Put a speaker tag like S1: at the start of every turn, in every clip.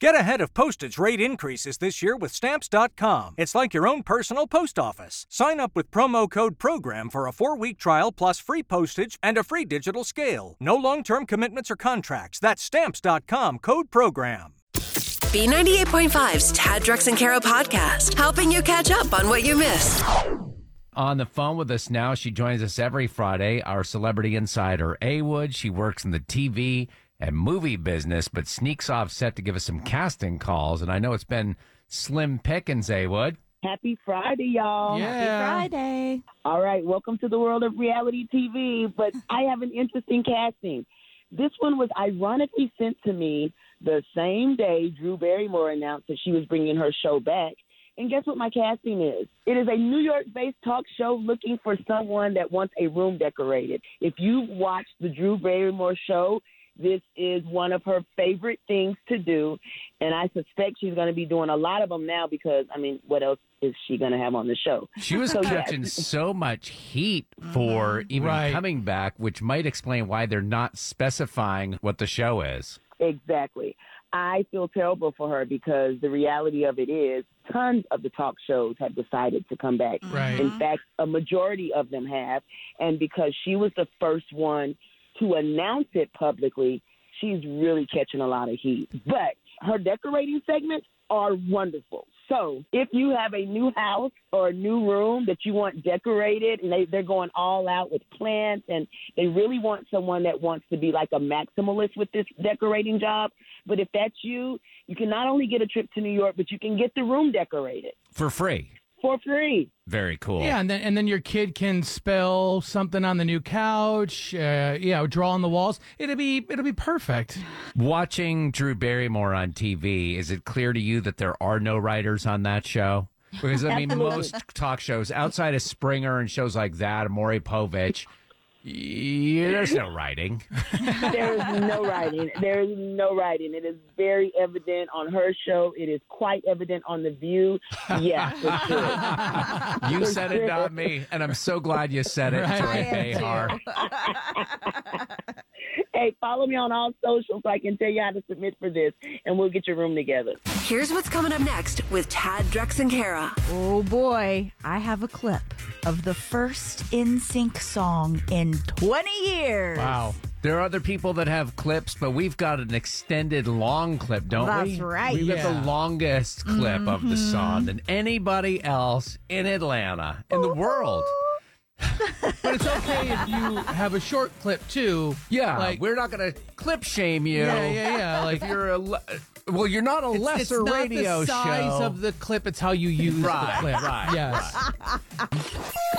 S1: Get ahead of postage rate increases this year with Stamps.com. It's like your own personal post office. Sign up with promo code PROGRAM for a four week trial plus free postage and a free digital scale. No long term commitments or contracts. That's Stamps.com code PROGRAM.
S2: B98.5's Tad Drex and Kara podcast, helping you catch up on what you missed.
S3: on the phone with us now. She joins us every Friday, our celebrity insider, A Wood. She works in the TV and movie business, but sneaks off set to give us some casting calls. And I know it's been slim pickings, A Wood.
S4: Happy Friday, y'all.
S5: Friday.
S4: All right, welcome to the world of reality TV. But I have an interesting casting. This one was ironically sent to me the same day Drew Barrymore announced that she was bringing her show back. And guess what my casting is? It is a New York based talk show looking for someone that wants a room decorated. If you've watched the Drew Barrymore show, this is one of her favorite things to do. And I suspect she's going to be doing a lot of them now because, I mean, what else is she going to have on the show?
S3: She was
S4: So, yeah.
S3: catching so much heat for even
S6: Right.
S3: coming back, which might explain why they're not specifying what the show is.
S4: Exactly. I feel terrible for her because the reality of it is tons of the talk shows have decided to come back.
S6: Right.
S4: In fact, a majority of them have. And because she was the first one to announce it publicly, she's really catching a lot of heat. But her decorating segments are wonderful. So if you have a new house or a new room that you want decorated and they, they're going all out with plants and they really want someone that wants to be like a maximalist with this decorating job. But if that's you, you can not only get a trip to New York, but you can get the room decorated
S3: For free.
S4: for free.
S3: Very cool.
S6: Yeah, and then and then your kid can spell something on the new couch. Uh, yeah, draw on the walls. It'll be it'll be perfect.
S3: Watching Drew Barrymore on TV, is it clear to you that there are no writers on that show? Because I mean, most talk shows outside of Springer and shows like that, Maury Povich, yeah, there's no writing.
S4: There is no writing. There is no writing. It is very evident on her show. It is quite evident on The View. Yeah, for sure.
S3: You said it, not me, and I'm so glad you said it, Joy Behar.
S4: hey, follow me on all socials so I can tell you how to submit for this, and we'll get your room together.
S2: Here's what's coming up next with Tad Drex and Kara.
S5: Oh boy, I have a clip of the first In Sync song in 20 years.
S6: Wow.
S3: There are other people that have clips, but we've got an extended long clip, don't we?
S5: That's right. Mm-hmm.
S3: We've got
S6: Yeah.
S3: the longest clip of the song than anybody else in Atlanta, in the world.
S6: But it's okay if you have a short clip too.
S3: Yeah,
S6: Like-
S3: we're not going to clip shame you.
S6: Yeah, yeah, yeah. Like
S3: If you're a le- well, you're not a
S6: it's,
S3: lesser
S6: it's not
S3: radio
S6: the size
S3: show.
S6: of the clip. It's how you use
S3: Right,
S6: the clip.
S3: right,
S6: Yes.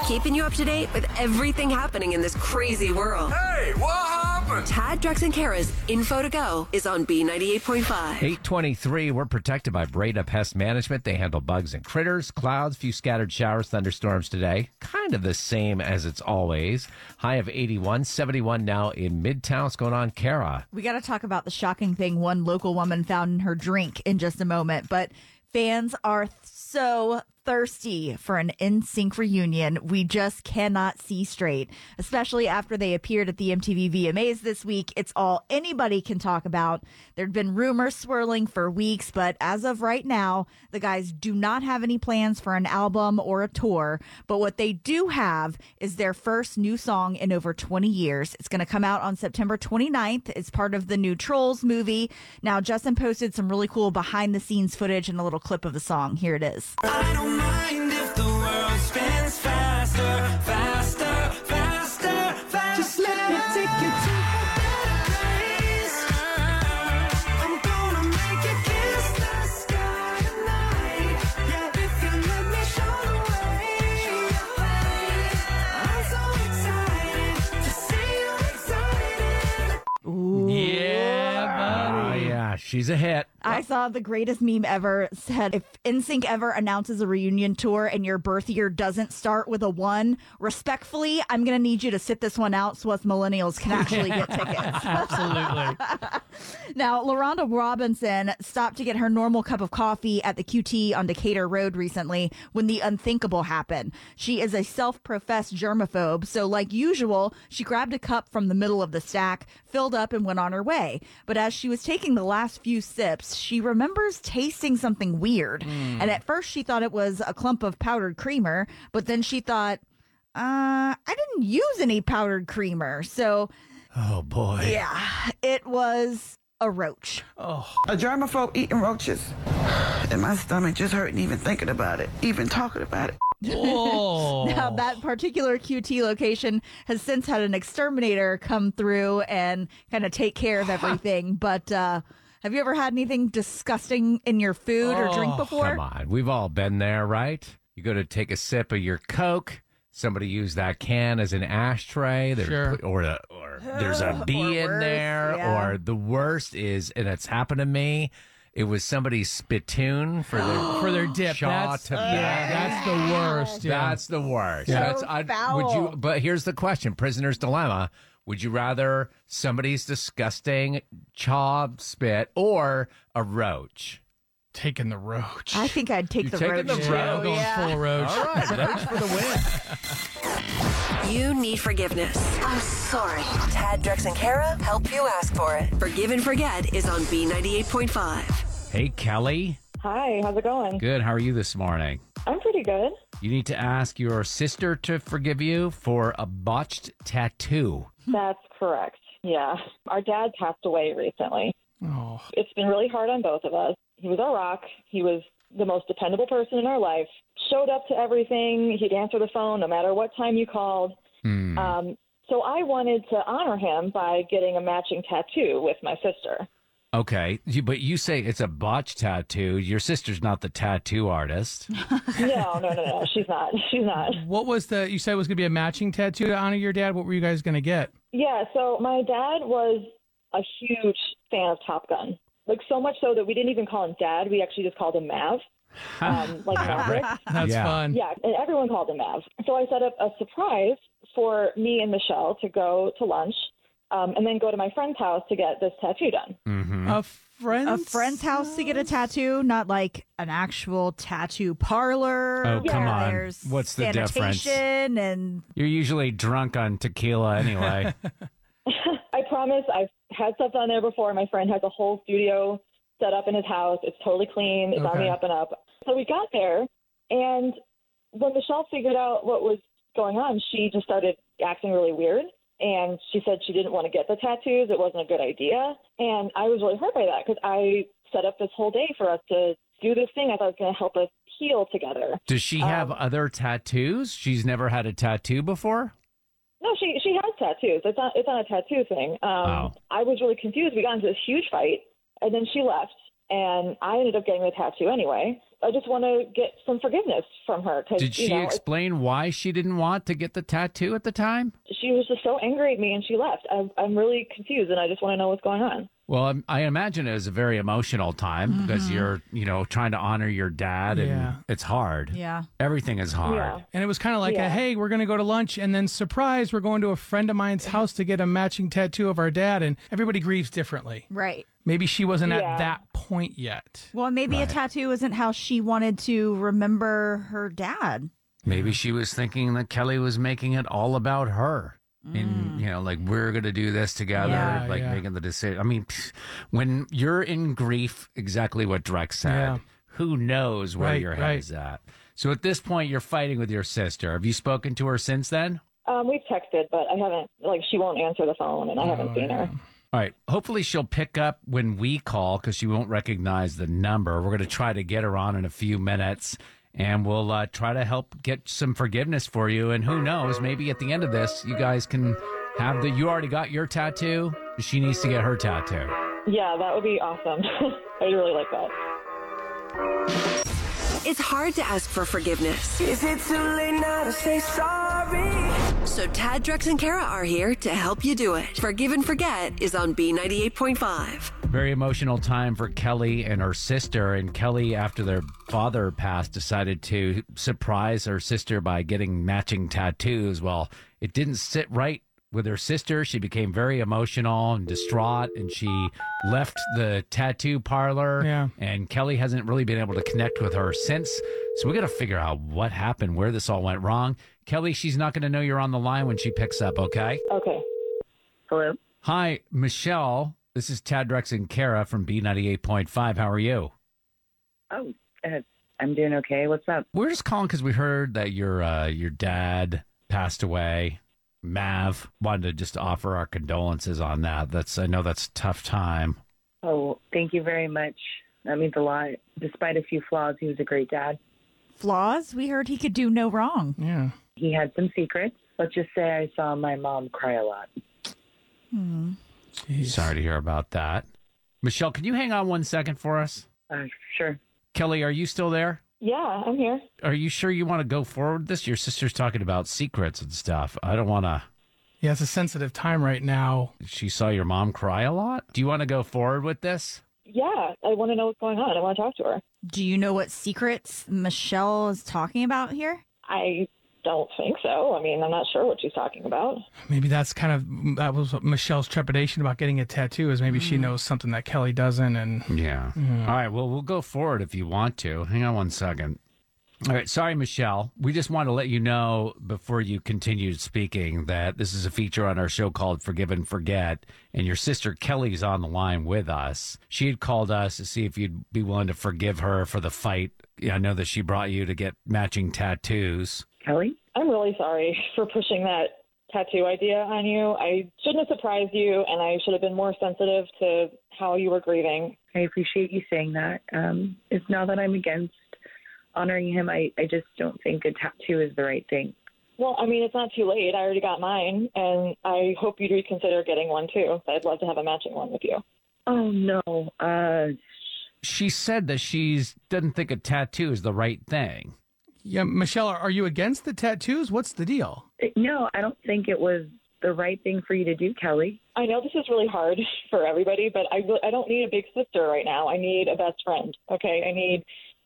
S2: Keeping you up to date with everything happening in this crazy world. Hey, what happened? Tad Drex and Kara's info to go is on B98.5.
S3: 823, we're protected by Breda Pest Management. They handle bugs and critters, clouds, few scattered showers, thunderstorms today. Kind of the same as it's always. High of 81, 71 now in Midtown. What's going on, Kara?
S5: We got to talk about the shocking thing one local woman found in her drink in just a moment, but fans are th- so thirsty for an in sync reunion. We just cannot see straight, especially after they appeared at the MTV VMAs this week. It's all anybody can talk about. There'd been rumors swirling for weeks, but as of right now, the guys do not have any plans for an album or a tour, but what they do have is their first new song in over 20 years. It's going to come out on September 29th. It's part of the new Trolls movie. Now, Justin posted some really cool behind the scenes footage and a little clip of the song. Here it is.
S7: I don't mind if the world spins faster, faster, faster, faster. Just let me take you to a better place. I'm gonna make you kiss the sky tonight. Yeah, if you let me show the way. I'm so excited to see you excited.
S6: Yeah,
S3: Oh,
S6: buddy.
S3: yeah, she's a hit.
S5: I saw the greatest meme ever said if NSYNC ever announces a reunion tour and your birth year doesn't start with a one, respectfully, I'm going to need you to sit this one out so us millennials can actually get tickets.
S6: Absolutely.
S5: Now, LaRonda Robinson stopped to get her normal cup of coffee at the QT on Decatur Road recently when the unthinkable happened. She is a self professed germaphobe, so, like usual, she grabbed a cup from the middle of the stack, filled up, and went on her way. But as she was taking the last few sips, house, she remembers tasting something weird. And at first, she thought it was a clump of powdered creamer, but then she thought, uh, I didn't use any powdered creamer. So,
S6: Oh boy.
S5: yeah, it was a roach.
S8: A germaphobe eating roaches. And my stomach just hurting even thinking about it, even talking about it.
S6: Whoa.
S5: Now,
S3: Oh.
S5: that particular QT location has since had an exterminator come through and kind of take care of everything. but uh, have you ever had anything disgusting in your food or drink before?
S3: Oh, Come on, we've all been there, right? You go to take a sip of your Coke. Somebody used that can as an ashtray. They're
S6: Sure.
S3: put- or, a, or there's a bee in
S5: worse,
S3: there.
S5: yeah.
S3: Or the worst is, and it's happened to me. It was somebody's spittoon for their
S6: For their dip.
S3: Shaw
S6: that's,
S3: tobacco.
S6: yeah, that's the worst. Yeah.
S3: That's the worst.
S6: Yeah.
S3: That's
S5: So
S3: would
S5: foul.
S3: you but here's the question, prisoner's dilemma. Would you rather somebody's disgusting chaw spit or a roach?
S6: taking the roach.
S5: I think I'd take
S3: You
S5: the
S3: taking
S5: roach.
S3: the
S5: too.
S6: yeah, I'm
S3: roach?
S6: going
S5: Yeah.
S6: full roach.
S3: All right, roach for the win.
S2: You need forgiveness. I'm sorry. Tad, Drex, and Kara help you ask for it. Forgive and Forget is on B98.5.
S3: Hey Kelly.
S9: Hi, how's it going?
S3: Good. How are you this morning?
S9: I'm pretty good.
S3: You need to ask your sister to forgive you for a botched tattoo.
S9: That's correct. Yeah. Our dad passed away recently.
S6: Oh.
S9: It's been really hard on both of us. He was our rock. He was the most dependable person in our life. Showed up to everything. He'd answer the phone no matter what time you called. Um, so I wanted to honor him by getting a matching tattoo with my sister.
S3: Okay, you, but you say it's a botched tattoo. Your sister's not the tattoo artist.
S9: No, no, no, no. She's not. She's not.
S6: What was the? You said it was going to be a matching tattoo to honor your dad. What were you guys going to get?
S9: Yeah, so my dad was a huge fan of Top Gun. Like so much so that we didn't even call him Dad. We actually just called him Mav. Um, like Maverick.
S6: That's
S3: Yeah.
S6: fun.
S9: Yeah, and everyone called him Mav. So I set up a surprise for me and Michelle to go to lunch um, and then go to my friend's house to get this tattoo done.
S6: A friend.
S5: a friend's house to get a tattoo, not like an actual tattoo parlor.
S3: Oh, come
S5: where
S3: on.
S5: There's
S3: What's the difference?
S5: sanitation And
S3: You're usually drunk on tequila anyway.
S9: I promise I've had stuff done there before. My friend has a whole studio set up in his house. It's totally clean. It's on
S6: Okay.
S9: the up and up. So we got there, and when Michelle figured out what was going on, she just started acting really weird. And she said she didn't want to get the tattoos. It wasn't a good idea. And I was really hurt by that because I set up this whole day for us to do this thing I thought was going to help us heal together.
S3: Does she have other tattoos? She's never had a tattoo before?
S9: No, she she has tattoos. It's not it's not a tattoo thing. Um,
S3: Oh.
S9: I was really confused. We got into this huge fight, and then she left, and I ended up getting the tattoo anyway. I just want to get some forgiveness from her because
S3: Did
S9: you
S3: she
S9: know it's-
S3: explain why she didn't want to get the tattoo at the time?
S9: she was just so angry at me, and she left. I'm I'm really confused, and I just want to know what's going on.
S3: Well, I'm- I imagine it was a very emotional time because you're, you know, trying to honor your dad and
S6: Mm-hmm. Yeah.
S3: it's hard.
S5: yeah,
S3: Everything is hard.
S9: Yeah.
S6: And it was kind of like, a,
S9: Yeah.
S6: hey, we're going to go to lunch, and then surprise, we're going to a friend of mine's house to get a matching tattoo of our dad. And everybody grieves differently.
S5: right.
S6: Maybe she wasn't
S9: Yeah.
S6: at that point yet.
S5: Well, maybe a tattoo isn't how she wanted to remember her dad.
S3: Maybe she was thinking that Kelly was making it all about her. And, you know, like, we're going to do this together,
S6: Mm. Yeah,
S3: like
S6: yeah.
S3: making the decision. I mean, pfft, when you're in grief, exactly what Drex said,
S6: Yeah.
S3: who knows where
S6: Right,
S3: your head
S6: right.
S3: is at? So at this point, you're fighting with your sister. Have you spoken to her since then?
S9: Um, we've texted, but I haven't like she won't answer the phone, and I
S3: Oh,
S9: haven't seen her.
S3: All right. Hopefully, she'll pick up when we call because she won't recognize the number. We're going to try to get her on in a few minutes and we'll uh, try to help get some forgiveness for you. And who knows, maybe at the end of this, you guys can have the. You already got your tattoo. She needs to get her tattoo.
S9: Yeah, that would be awesome. I'd really like that.
S2: It's hard to ask for forgiveness.
S7: Is it too late now to say sorry?
S2: So Tad, Drex, and Kara are here to help you do it. Forgive and Forget is on B98.5.
S3: Very emotional time for Kelly and her sister. And Kelly, after their father passed, decided to surprise her sister by getting matching tattoos. Well, it didn't sit right with her sister. She became very emotional and distraught, and she left the tattoo parlor.
S6: Yeah.
S3: And Kelly hasn't really been able to connect with her since. So we got to figure out what happened, where this all went wrong. Kelly, she's not going to know you're on the line when she picks up, okay?
S9: Okay.
S4: Hello.
S3: Hi, Michelle. This is Tad Drex and Kara from B98.5. How are you?
S10: Oh, uh, I'm doing okay. What's up?
S3: We're just calling because we heard that your uh, your dad passed away. Mav wanted to just offer our condolences on that. That's I know that's a tough time.
S10: Oh, thank you very much. That means a lot. Despite a few flaws, he was a great dad.
S5: Flaws? We heard he could do no wrong.
S6: Yeah.
S10: He had some secrets. Let's just say I saw my mom cry a lot.
S3: Sorry to hear about that. Michelle, can you hang on one second for us?
S10: Uh, sure.
S3: Kelly, are you still there?
S9: Yeah, I'm here.
S3: Are you sure you want to go forward with this? Your sister's talking about secrets and stuff. I don't want to.
S6: Yeah, it's a sensitive time right now.
S3: She saw your mom cry a lot. Do you want to go forward with this?
S9: Yeah, I want to know what's going on. I want to talk to her.
S5: Do you know what secrets Michelle is talking about here?
S9: I don't think so. I mean, I'm not sure what she's talking about.
S6: Maybe that's kind of mm, that was what Michelle's trepidation about getting a tattoo is maybe
S9: Mm.
S6: she knows something that Kelly doesn't and
S3: Yeah. All right. Well, we'll go forward if you want to. Hang on one second. All right. Sorry, Michelle. We just want to let you know before you continued speaking that this is a feature on our show called Forgive and Forget. And your sister Kelly's on the line with us. She had called us to see if you'd be willing to forgive her for the fight. Yeah, I know that she brought you to get matching tattoos.
S10: Kelly?
S9: I'm really sorry for pushing that tattoo idea on you. I shouldn't have surprised you, and I should have been more sensitive to how you were grieving.
S10: I appreciate you saying that. Um, it's not that I'm against honoring him. I, I just don't think a tattoo is the right thing.
S9: Well, I mean, it's not too late. I already got mine, and I hope you'd reconsider getting one too. I'd love to have a matching one with you.
S10: Oh, no. Uh,
S3: She said that she's doesn't think a tattoo is the right thing.
S6: yeah, Michelle, are, are you against the tattoos? What's the deal?
S10: no, I don't think it was the right thing for you to do, Kelly.
S9: I know this is really hard for everybody, but I, re- I don't need a big sister right now. I need a best friend. Okay, I need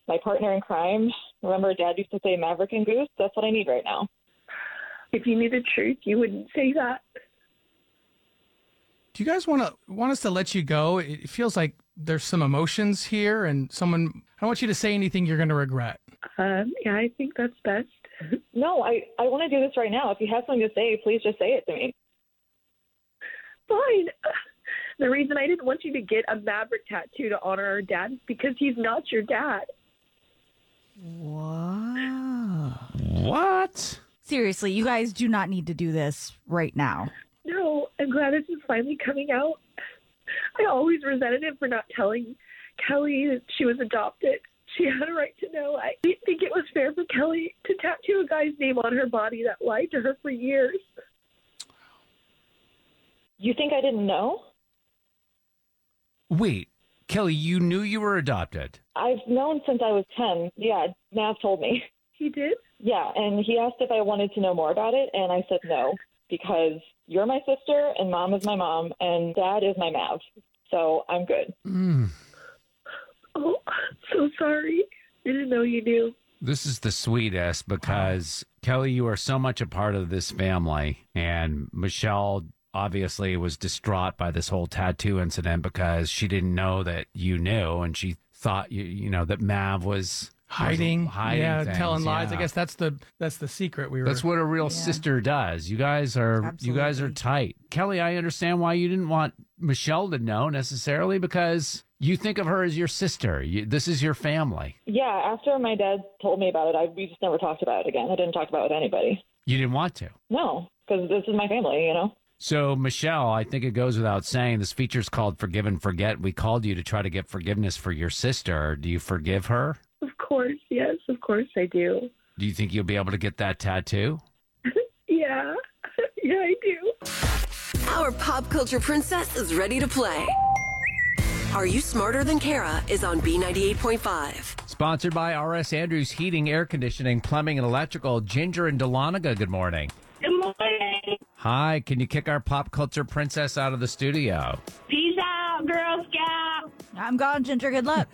S9: my partner in crime. Remember, Dad used to say Maverick and Goose. That's what I need right now.
S10: If you knew the truth, you wouldn't say that.
S6: Do you guys want to want us to let you go? It it feels like there's some emotions here, and someone. I don't want you to say anything you're going to regret.
S10: Um, yeah, I think that's best.
S9: No, I, I want to do this right now. If you have something to say, please just say it to me.
S10: Fine. The reason I didn't want you to get a Maverick tattoo to honor our dad is because he's not your dad.
S3: What?
S5: Seriously, you guys do not need to do this right now.
S10: No, I'm glad this is finally coming out. I always resented him for not telling Kelly that she was adopted. She had a right to know. I didn't think it was fair for Kelly to tattoo a guy's name on her body that lied to her for years.
S9: You think I didn't know?
S3: Wait, Kelly, you knew you were adopted.
S9: I've known since I was 10. Yeah, Nav told me.
S10: He did?
S9: Yeah, and he asked if I wanted to know more about it, and I said no, because you're my sister, and mom is my mom, and dad is my Mav. So I'm good.
S10: Oh, so sorry. I didn't know you knew.
S3: This is the sweetest because Kelly, you are so much a part of this family, and Michelle obviously was distraught by this whole tattoo incident because she didn't know that you knew, and she thought you you know that Mav was
S6: Hiding,
S3: was hiding
S6: yeah,
S3: things,
S6: telling lies. I
S3: yeah.
S6: guess that's the that's the secret. We were.
S3: That's what a real sister does. You guys are you guys are
S5: Absolutely.
S3: tight. Kelly, I understand why you didn't want Michelle to know necessarily because you think of her as your sister. You, this is your family.
S9: Yeah, after my dad told me about it, I, we just never talked about it again. I didn't talk about it with anybody.
S3: You didn't want to.
S9: No, because this is my family, you know?
S3: So, Michelle, I think it goes without saying this feature is called Forgive and Forget. We called you to try to get forgiveness for your sister. Do you forgive her?
S10: Of course, yes, of course I do.
S3: Do you think you'll be able to get that tattoo?
S10: Yeah, yeah, I do.
S2: Our pop culture princess is ready to play. Are You Smarter Than Kara is on B98.5.
S3: Sponsored by R.S. Andrews Heating, Air Conditioning, Plumbing, and Electrical. Ginger and Dahlonega, good morning.
S11: Good morning.
S3: Hi, can you kick our pop culture princess out of the studio?
S11: Peace out, Girl Scout.
S5: I'm gone, Ginger. Good luck.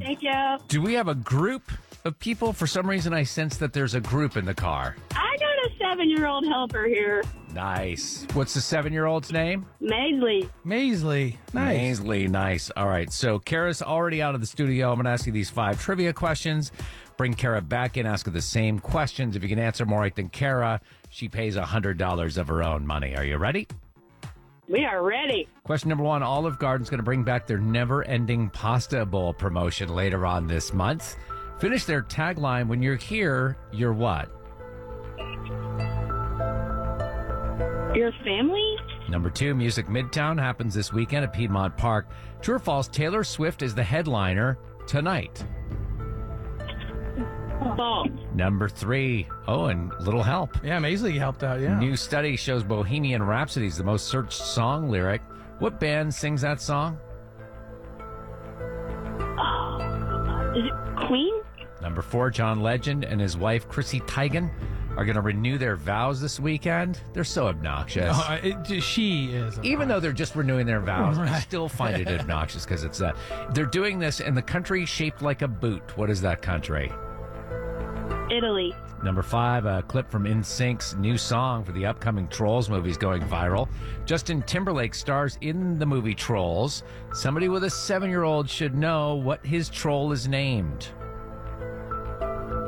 S11: Thank you. I
S3: Do we have a group of people? For some reason, I sense that there's a group in the car.
S11: got a seven year old helper here,
S3: Nice. What's the seven year old's name?
S11: Maisley.
S6: Maisley. Nice.
S3: Amazingly nice. All right. So Kara's already out of the studio. I'm going to ask you these five trivia questions. Bring Kara back in, ask her the same questions. If you can answer more right than Kara, she pays $100 of her own money. Are you ready?
S11: We are ready.
S3: Question number one Olive Garden's going to bring back their never ending pasta bowl promotion later on this month. Finish their tagline when you're here, you're what?
S11: Your family?
S3: Number two, Music Midtown happens this weekend at Piedmont Park. True or false, Taylor Swift is the headliner tonight.
S11: False.
S3: Number three, oh, and little help. Yeah, Maisley helped out,
S6: yeah.
S3: New study shows Bohemian Rhapsody is the most searched song lyric. What band sings that song?
S11: Uh, Is it Queen?
S3: Number four, John Legend and his wife, Chrissy Teigen, are going to renew their vows this weekend. They're so obnoxious.
S6: Uh, it- she is.
S3: Even though they're just renewing their vows, I
S6: Right.
S3: still find it obnoxious because it's that. They're doing this in the country shaped like a boot. What is that country?
S11: Italy.
S3: Number five, a clip from InSync's new song for the upcoming Trolls movie is going viral. Justin Timberlake stars in the movie Trolls. Somebody with a seven year old should know what his troll is named.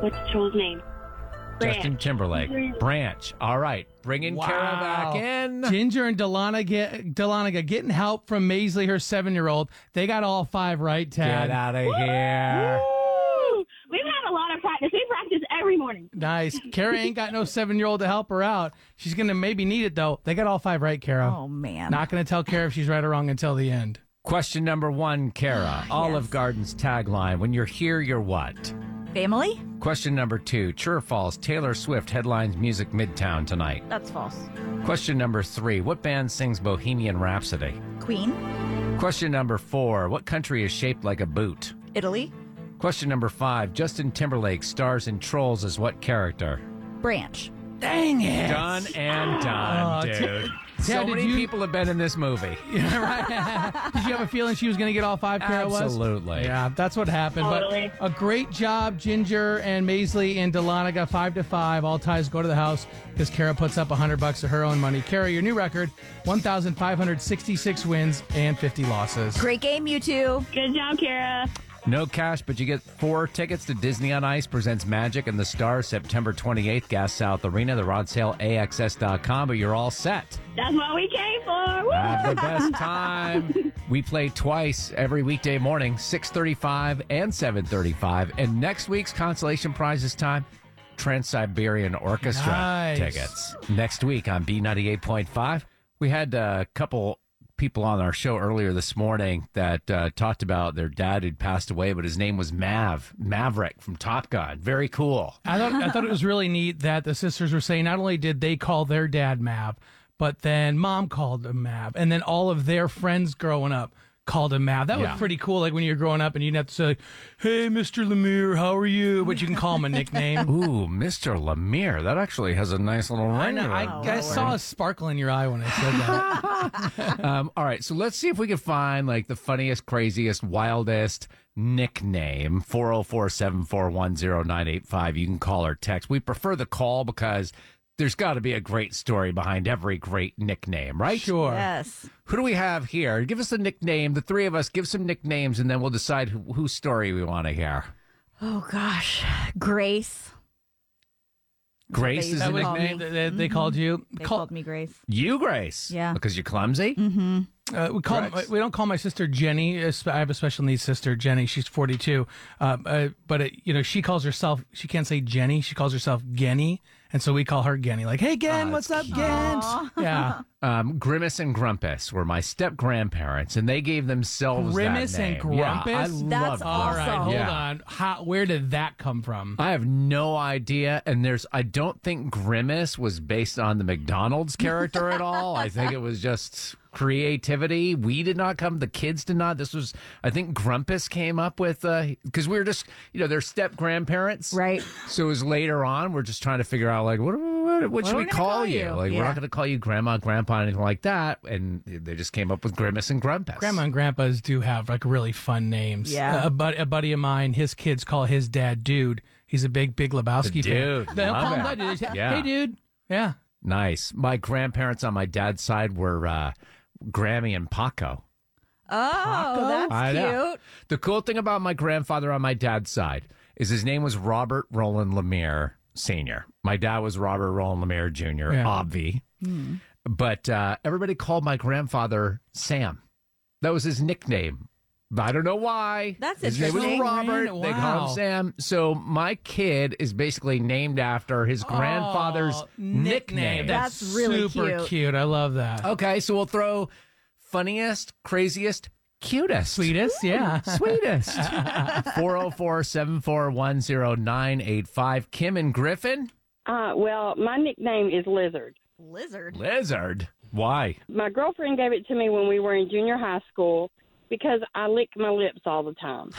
S11: What's the troll's name?
S3: Justin Timberlake.
S11: Branch. Mm-hmm.
S3: Branch. All right. Bringing
S6: Wow.
S3: Kara back in.
S6: Ginger and Delana get, Delanaga getting help from Maisley, her seven year old. They got all five right, Tad.
S3: Get outta here.
S11: Woo! We've had a lot of practice. We practice every morning.
S6: Nice. Kara ain't got no seven year old to help her out. She's going to maybe need it, though. They got all five right, Kara. Oh,
S5: man.
S6: Not going to tell Kara if she's right or wrong until the end.
S3: Question number one, Kara. Olive Garden's tagline When you're here, you're what?
S5: Family?
S3: Question number two, true or false, Taylor Swift headlines Music Midtown tonight.
S5: That's false.
S3: Question number three, what band sings Bohemian Rhapsody?
S5: Queen?
S3: Question number four, what country is shaped like a boot?
S5: Italy?
S3: Question number five, Justin Timberlake stars in Trolls as what character?
S5: Branch?
S6: Dang
S5: it.
S3: Done and done,
S6: Oh,
S3: dude.
S6: Ted-
S3: so
S6: Ted, did
S3: many
S6: you-
S3: people have been in this movie.
S6: Yeah, right. Did you have a feeling she was going to get all five, Kara was?
S3: Absolutely.
S6: Yeah, that's what happened.
S3: Totally.
S6: But a great job, Ginger and Maisley and Delana got five to five. All ties go to the house because Kara puts up 100 bucks of her own money. Kara, your new record 1,566 wins and 50 losses.
S5: Great game, you two.
S11: Good job, Kara.
S3: No cash, but you get four tickets to Disney on Ice presents Magic and the Stars September 28th, Gas South Arena. They're on sale AXS.com, but you're all set.
S11: That's what we came for. Woo!
S3: Have the best time. We play twice every weekday morning, 6:35 and 7:35. And next week's consolation prize is time Trans-Siberian Orchestra
S6: Nice.
S3: tickets. Next week on B98.5, we had a couple people on our show earlier this morning that uh, talked about their dad who'd passed away, but his name was Mav, Maverick from Top Gun. Very cool.
S6: I thought I thought it was really neat that the sisters were saying not only did they call their dad Mav, but then mom called him Mav, and then all of their friends growing up called him Mav. That
S3: Yeah.
S6: was pretty cool. Like when you're growing up and you'd have to say, like, "Hey, Mr. Lemire, how are you?" But you can call him a nickname.
S3: Ooh, Mr. Lemire. That actually has a nice little ring.
S6: I, know, I,
S5: Oh,
S3: around
S6: I
S3: it.
S6: saw a sparkle in your eye when I said that.
S3: um, all right, so let's see if we can find like the funniest, craziest, wildest nickname 404-741-0985 you can call or text we prefer the call because there's got to be a great story behind every great nickname right
S6: sure
S5: Yes.
S3: who do we have here give us a nickname the three of us give some nicknames and then we'll decide who, whose story we want to hear
S5: Oh, gosh. Grace.
S3: grace is
S5: They
S3: a
S5: call me. Mm-hmm.
S3: nickname
S6: They, they- they called you.
S5: They
S6: Call-
S5: called me Grace.
S3: you grace
S5: Yeah.
S3: because you're clumsy
S5: Mm-hmm.
S6: Uh, we call
S3: Correct.
S6: we don't call my sister Jenny. uh, sp- I have a special needs sister, Jenny. She's forty two, um, uh, but it, you know she calls herself. She can't say Jenny. She calls herself Genny, and so we call her Genny. Like, hey Gen, what's up, Gen? Yeah,
S3: um, Grimace and Grumpus were my step grandparents, and they gave themselves
S6: Grimace
S3: that
S6: and
S3: name. Yeah,
S6: Grumpus.
S3: I love
S5: That's
S3: that.
S6: All right, Uh,
S5: awesome.
S6: hold
S3: Yeah.
S6: on. How, where did that come from?
S3: I have no idea, and there's I don't think Grimace was based on the McDonald's character at all. I think it was just creativity. We did not come, the kids did not. This was I think Grumpus came up with because we were just you know their step grandparents,
S5: Right.
S3: So it was later on we're just trying to figure out like what what, what, should
S5: are we
S3: we
S5: gonna
S3: call,
S5: call
S3: you?
S5: you?
S3: Like we're
S5: Yeah.
S3: not going to call you grandma, grandpa, anything like that. And they just came up with Grimace and Grumpus.
S6: Grandma and grandpas do have like really fun names.
S5: Yeah.
S6: Uh, a, bud- a buddy of mine, his kids call his dad Dude. He's a big, big Lebowski
S3: Dude,
S6: fan. They'll
S3: love
S6: call him
S3: it.
S6: Dad, dude. They say,
S3: Yeah.
S6: Hey, dude. Yeah.
S3: Nice. My grandparents on my dad's side were uh, Grammy and Paco.
S5: Oh, that's
S3: I
S5: cute.
S3: know. The cool thing about my grandfather on my dad's side is his name was Robert Roland Lemire Sr. My dad was Robert Roland Lemire Jr.,
S6: Yeah.
S3: Obvi. But uh, everybody called my grandfather Sam. That was his nickname. I don't know why.
S5: That's
S3: his name was
S5: interesting.
S3: Robert. They call
S5: Wow.
S3: him Sam. So my kid is basically named after his grandfather's nickname.
S6: That's, super cute. I love that.
S3: Okay, so we'll throw funniest, craziest, cutest,
S6: Sweetest, yeah.
S3: Ooh, sweetest. 404 741 985. Kim and Griffin?
S12: Uh, well, my nickname is Lizard.
S5: Lizard?
S3: Lizard. Why?
S12: My girlfriend gave it to me when we were in junior high school because I lick my lips all the time.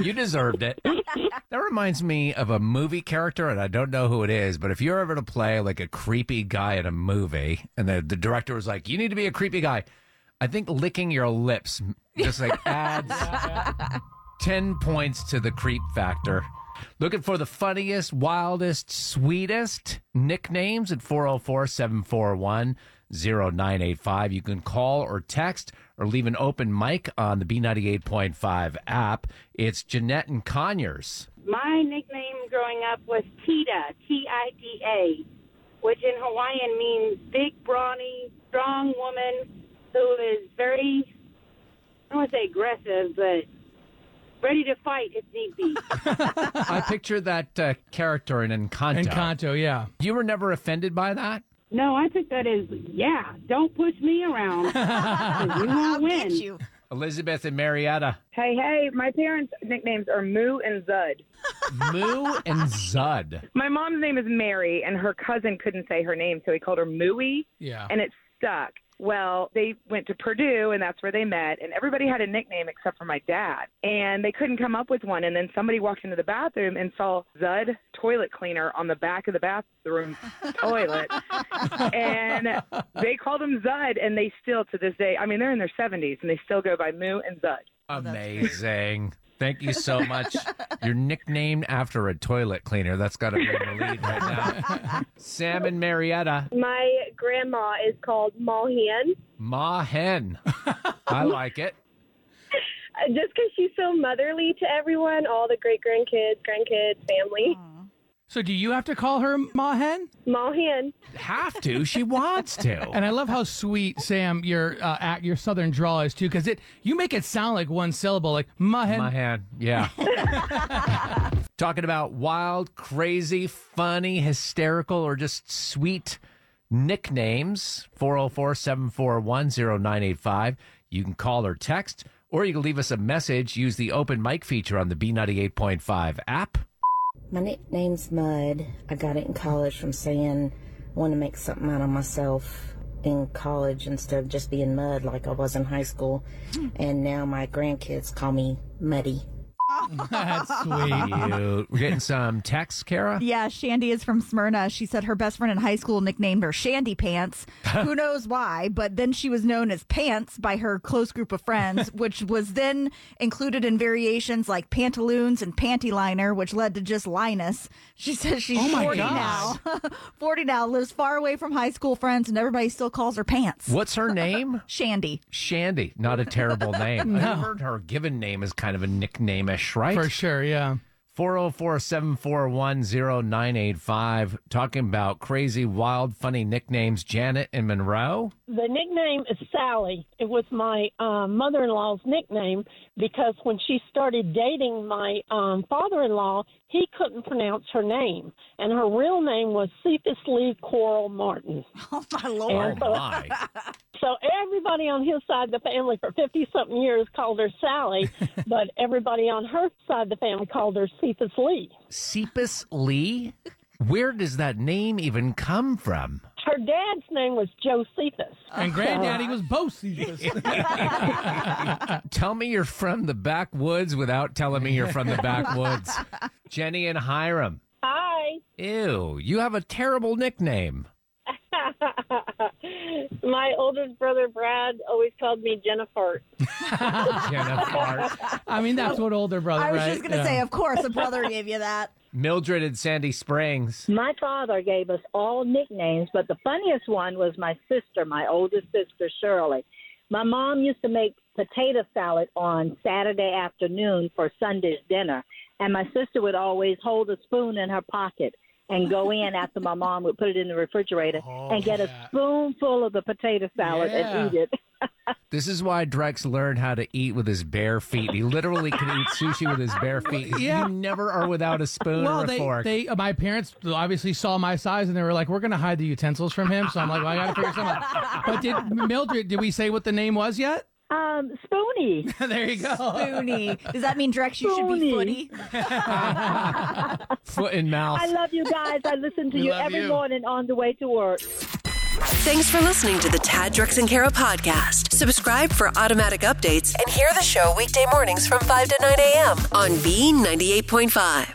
S3: You deserved it. That reminds me of a movie character, and I don't know who it is, but if you're ever to play like a creepy guy in a movie, and the, the director was like, you need to be a creepy guy, I think licking your lips just like adds 10 points to the creep factor. Looking for the funniest, wildest, sweetest nicknames at 404 741 0985. You can call or text or leave an open mic on the B98.5 app. It's Jeanette and Conyers.
S13: My nickname growing up was Tida, T I D A, which in Hawaiian means big, brawny, strong woman who is very, I don't want to say aggressive, but ready to fight if need be.
S3: I picture that uh, character in Encanto.
S6: Encanto, yeah.
S3: You were never offended by that?
S13: no, I took that as, yeah, don't push me around. 'cause you won't win.
S3: Elizabeth and Marietta.
S14: Hey, hey, my parents' nicknames are Moo and Zud.
S3: Moo and Zud.
S14: My mom's name is Mary, and her cousin couldn't say her name, so he called her Mooey,
S3: Yeah.
S14: and it stuck. Well, they went to Purdue, and that's where they met, and everybody had a nickname except for my dad, and they couldn't come up with one. And then somebody walked into the bathroom and saw Zud toilet cleaner on the back of the bathroom toilet, and they called him Zud, and they still to this day, I mean, they're in their 70s, and they still go by Moo and Zud.
S3: Amazing. Thank you so much. You're nicknamed after a toilet cleaner. That's got to be the lead right now. Sam and Marietta,
S15: My grandma is called Malhan,
S3: Ma Hen. I like it.
S15: uh, just because she's so motherly to everyone, all the great grandkids, grandkids, family.
S6: So do you have to call her Mahen?
S15: Mahan.
S3: Have to. She wants to.
S6: And I love how sweet Sam your uh, at your southern drawl is too, because it you make it sound like one syllable, like Mahen.
S3: Mahen, yeah. Talking about wild, crazy, funny, hysterical, or just sweet nicknames 404 741 0985. You can call or text, or you can leave us a message. Use the open mic feature on the B98.5 app.
S16: My nickname's Mud. I got it in college from saying I want to make something out of myself in college instead of just being mud like I was in high school. And now my grandkids call me Muddy.
S6: That's
S3: Cute. We're getting some texts, Kara.
S5: Yeah, Shandy is from Smyrna. She said her best friend in high school nicknamed her Shandy Pants. Who knows why, but then she was known as Pants by her close group of friends, which was then included in variations like pantaloons and panty liner, which led to just Linus. She says she's
S7: Oh my
S5: 40
S7: God.
S5: now. 40 now, lives far away from high school friends, and everybody still calls her Pants.
S3: What's her name?
S5: Shandy.
S3: Shandy. Not a terrible name.
S5: No.
S3: I've heard her given name is kind of a nickname ish, right?
S6: For sure, yeah.
S3: 404 741 0985. Talking about crazy, wild, funny nicknames. Janet and Monroe.
S17: The nickname is Sally. It was my um, mother in law's nickname because when she started dating my um, father in law, he couldn't pronounce her name. And her real name was Cephas Lee Coral Martin.
S5: Oh, my
S7: Lord.
S17: so,
S7: Oh, my.
S17: so everybody on his side of the family for 50 something years called her Sally, but everybody on her side of the family called her Cephas Lee.
S3: Cephas Lee. Where does that name even come from?
S17: Her dad's name was Josephus.
S6: And granddaddy was Bocephus.
S3: Tell me you're from the backwoods without telling me you're from the backwoods. Jenny and Hiram.
S15: Hi.
S3: Ew, you have a terrible nickname.
S15: My oldest brother Brad always called me Jennifer.
S3: Jennifer.
S6: I mean, that's what older brother.
S5: I was
S3: Oh, right?
S5: just going to
S3: Yeah.
S5: say, uh, of course, a brother gave you that.
S3: Mildred and Sandy Springs.
S18: My father gave us all nicknames, but the funniest one was my sister, my oldest sister, Shirley. My mom used to make potato salad on Saturday afternoon for Sunday's dinner, and my sister would always hold a spoon in her pocket and go in after my mom would put it in the refrigerator and get a spoonful of the potato salad and eat it.
S3: This is why Drex learned how to eat with his bare feet. He literally can eat sushi with his bare feet.
S6: Yeah.
S3: You never are without a spoon
S6: well,
S3: or a
S6: they,
S3: fork.
S6: they uh, my parents obviously saw my size and they were like, "We're gonna hide the utensils from him." So I'm like, "Well, I gotta figure something out." But did Mildred? Did we say what the name was yet?
S18: Um, Spoony.
S6: there you go.
S5: Spoony. Does that mean Drex? You should be footy.
S3: Foot in mouth.
S18: I love you guys. I listen to
S3: We
S18: you
S3: love
S18: every
S3: you.
S18: morning on the way to work.
S2: Thanks for listening to the Tad, Drex, and Kara podcast. Subscribe for automatic updates and hear the show weekday mornings from 5 to 9 a.m. on B98.5.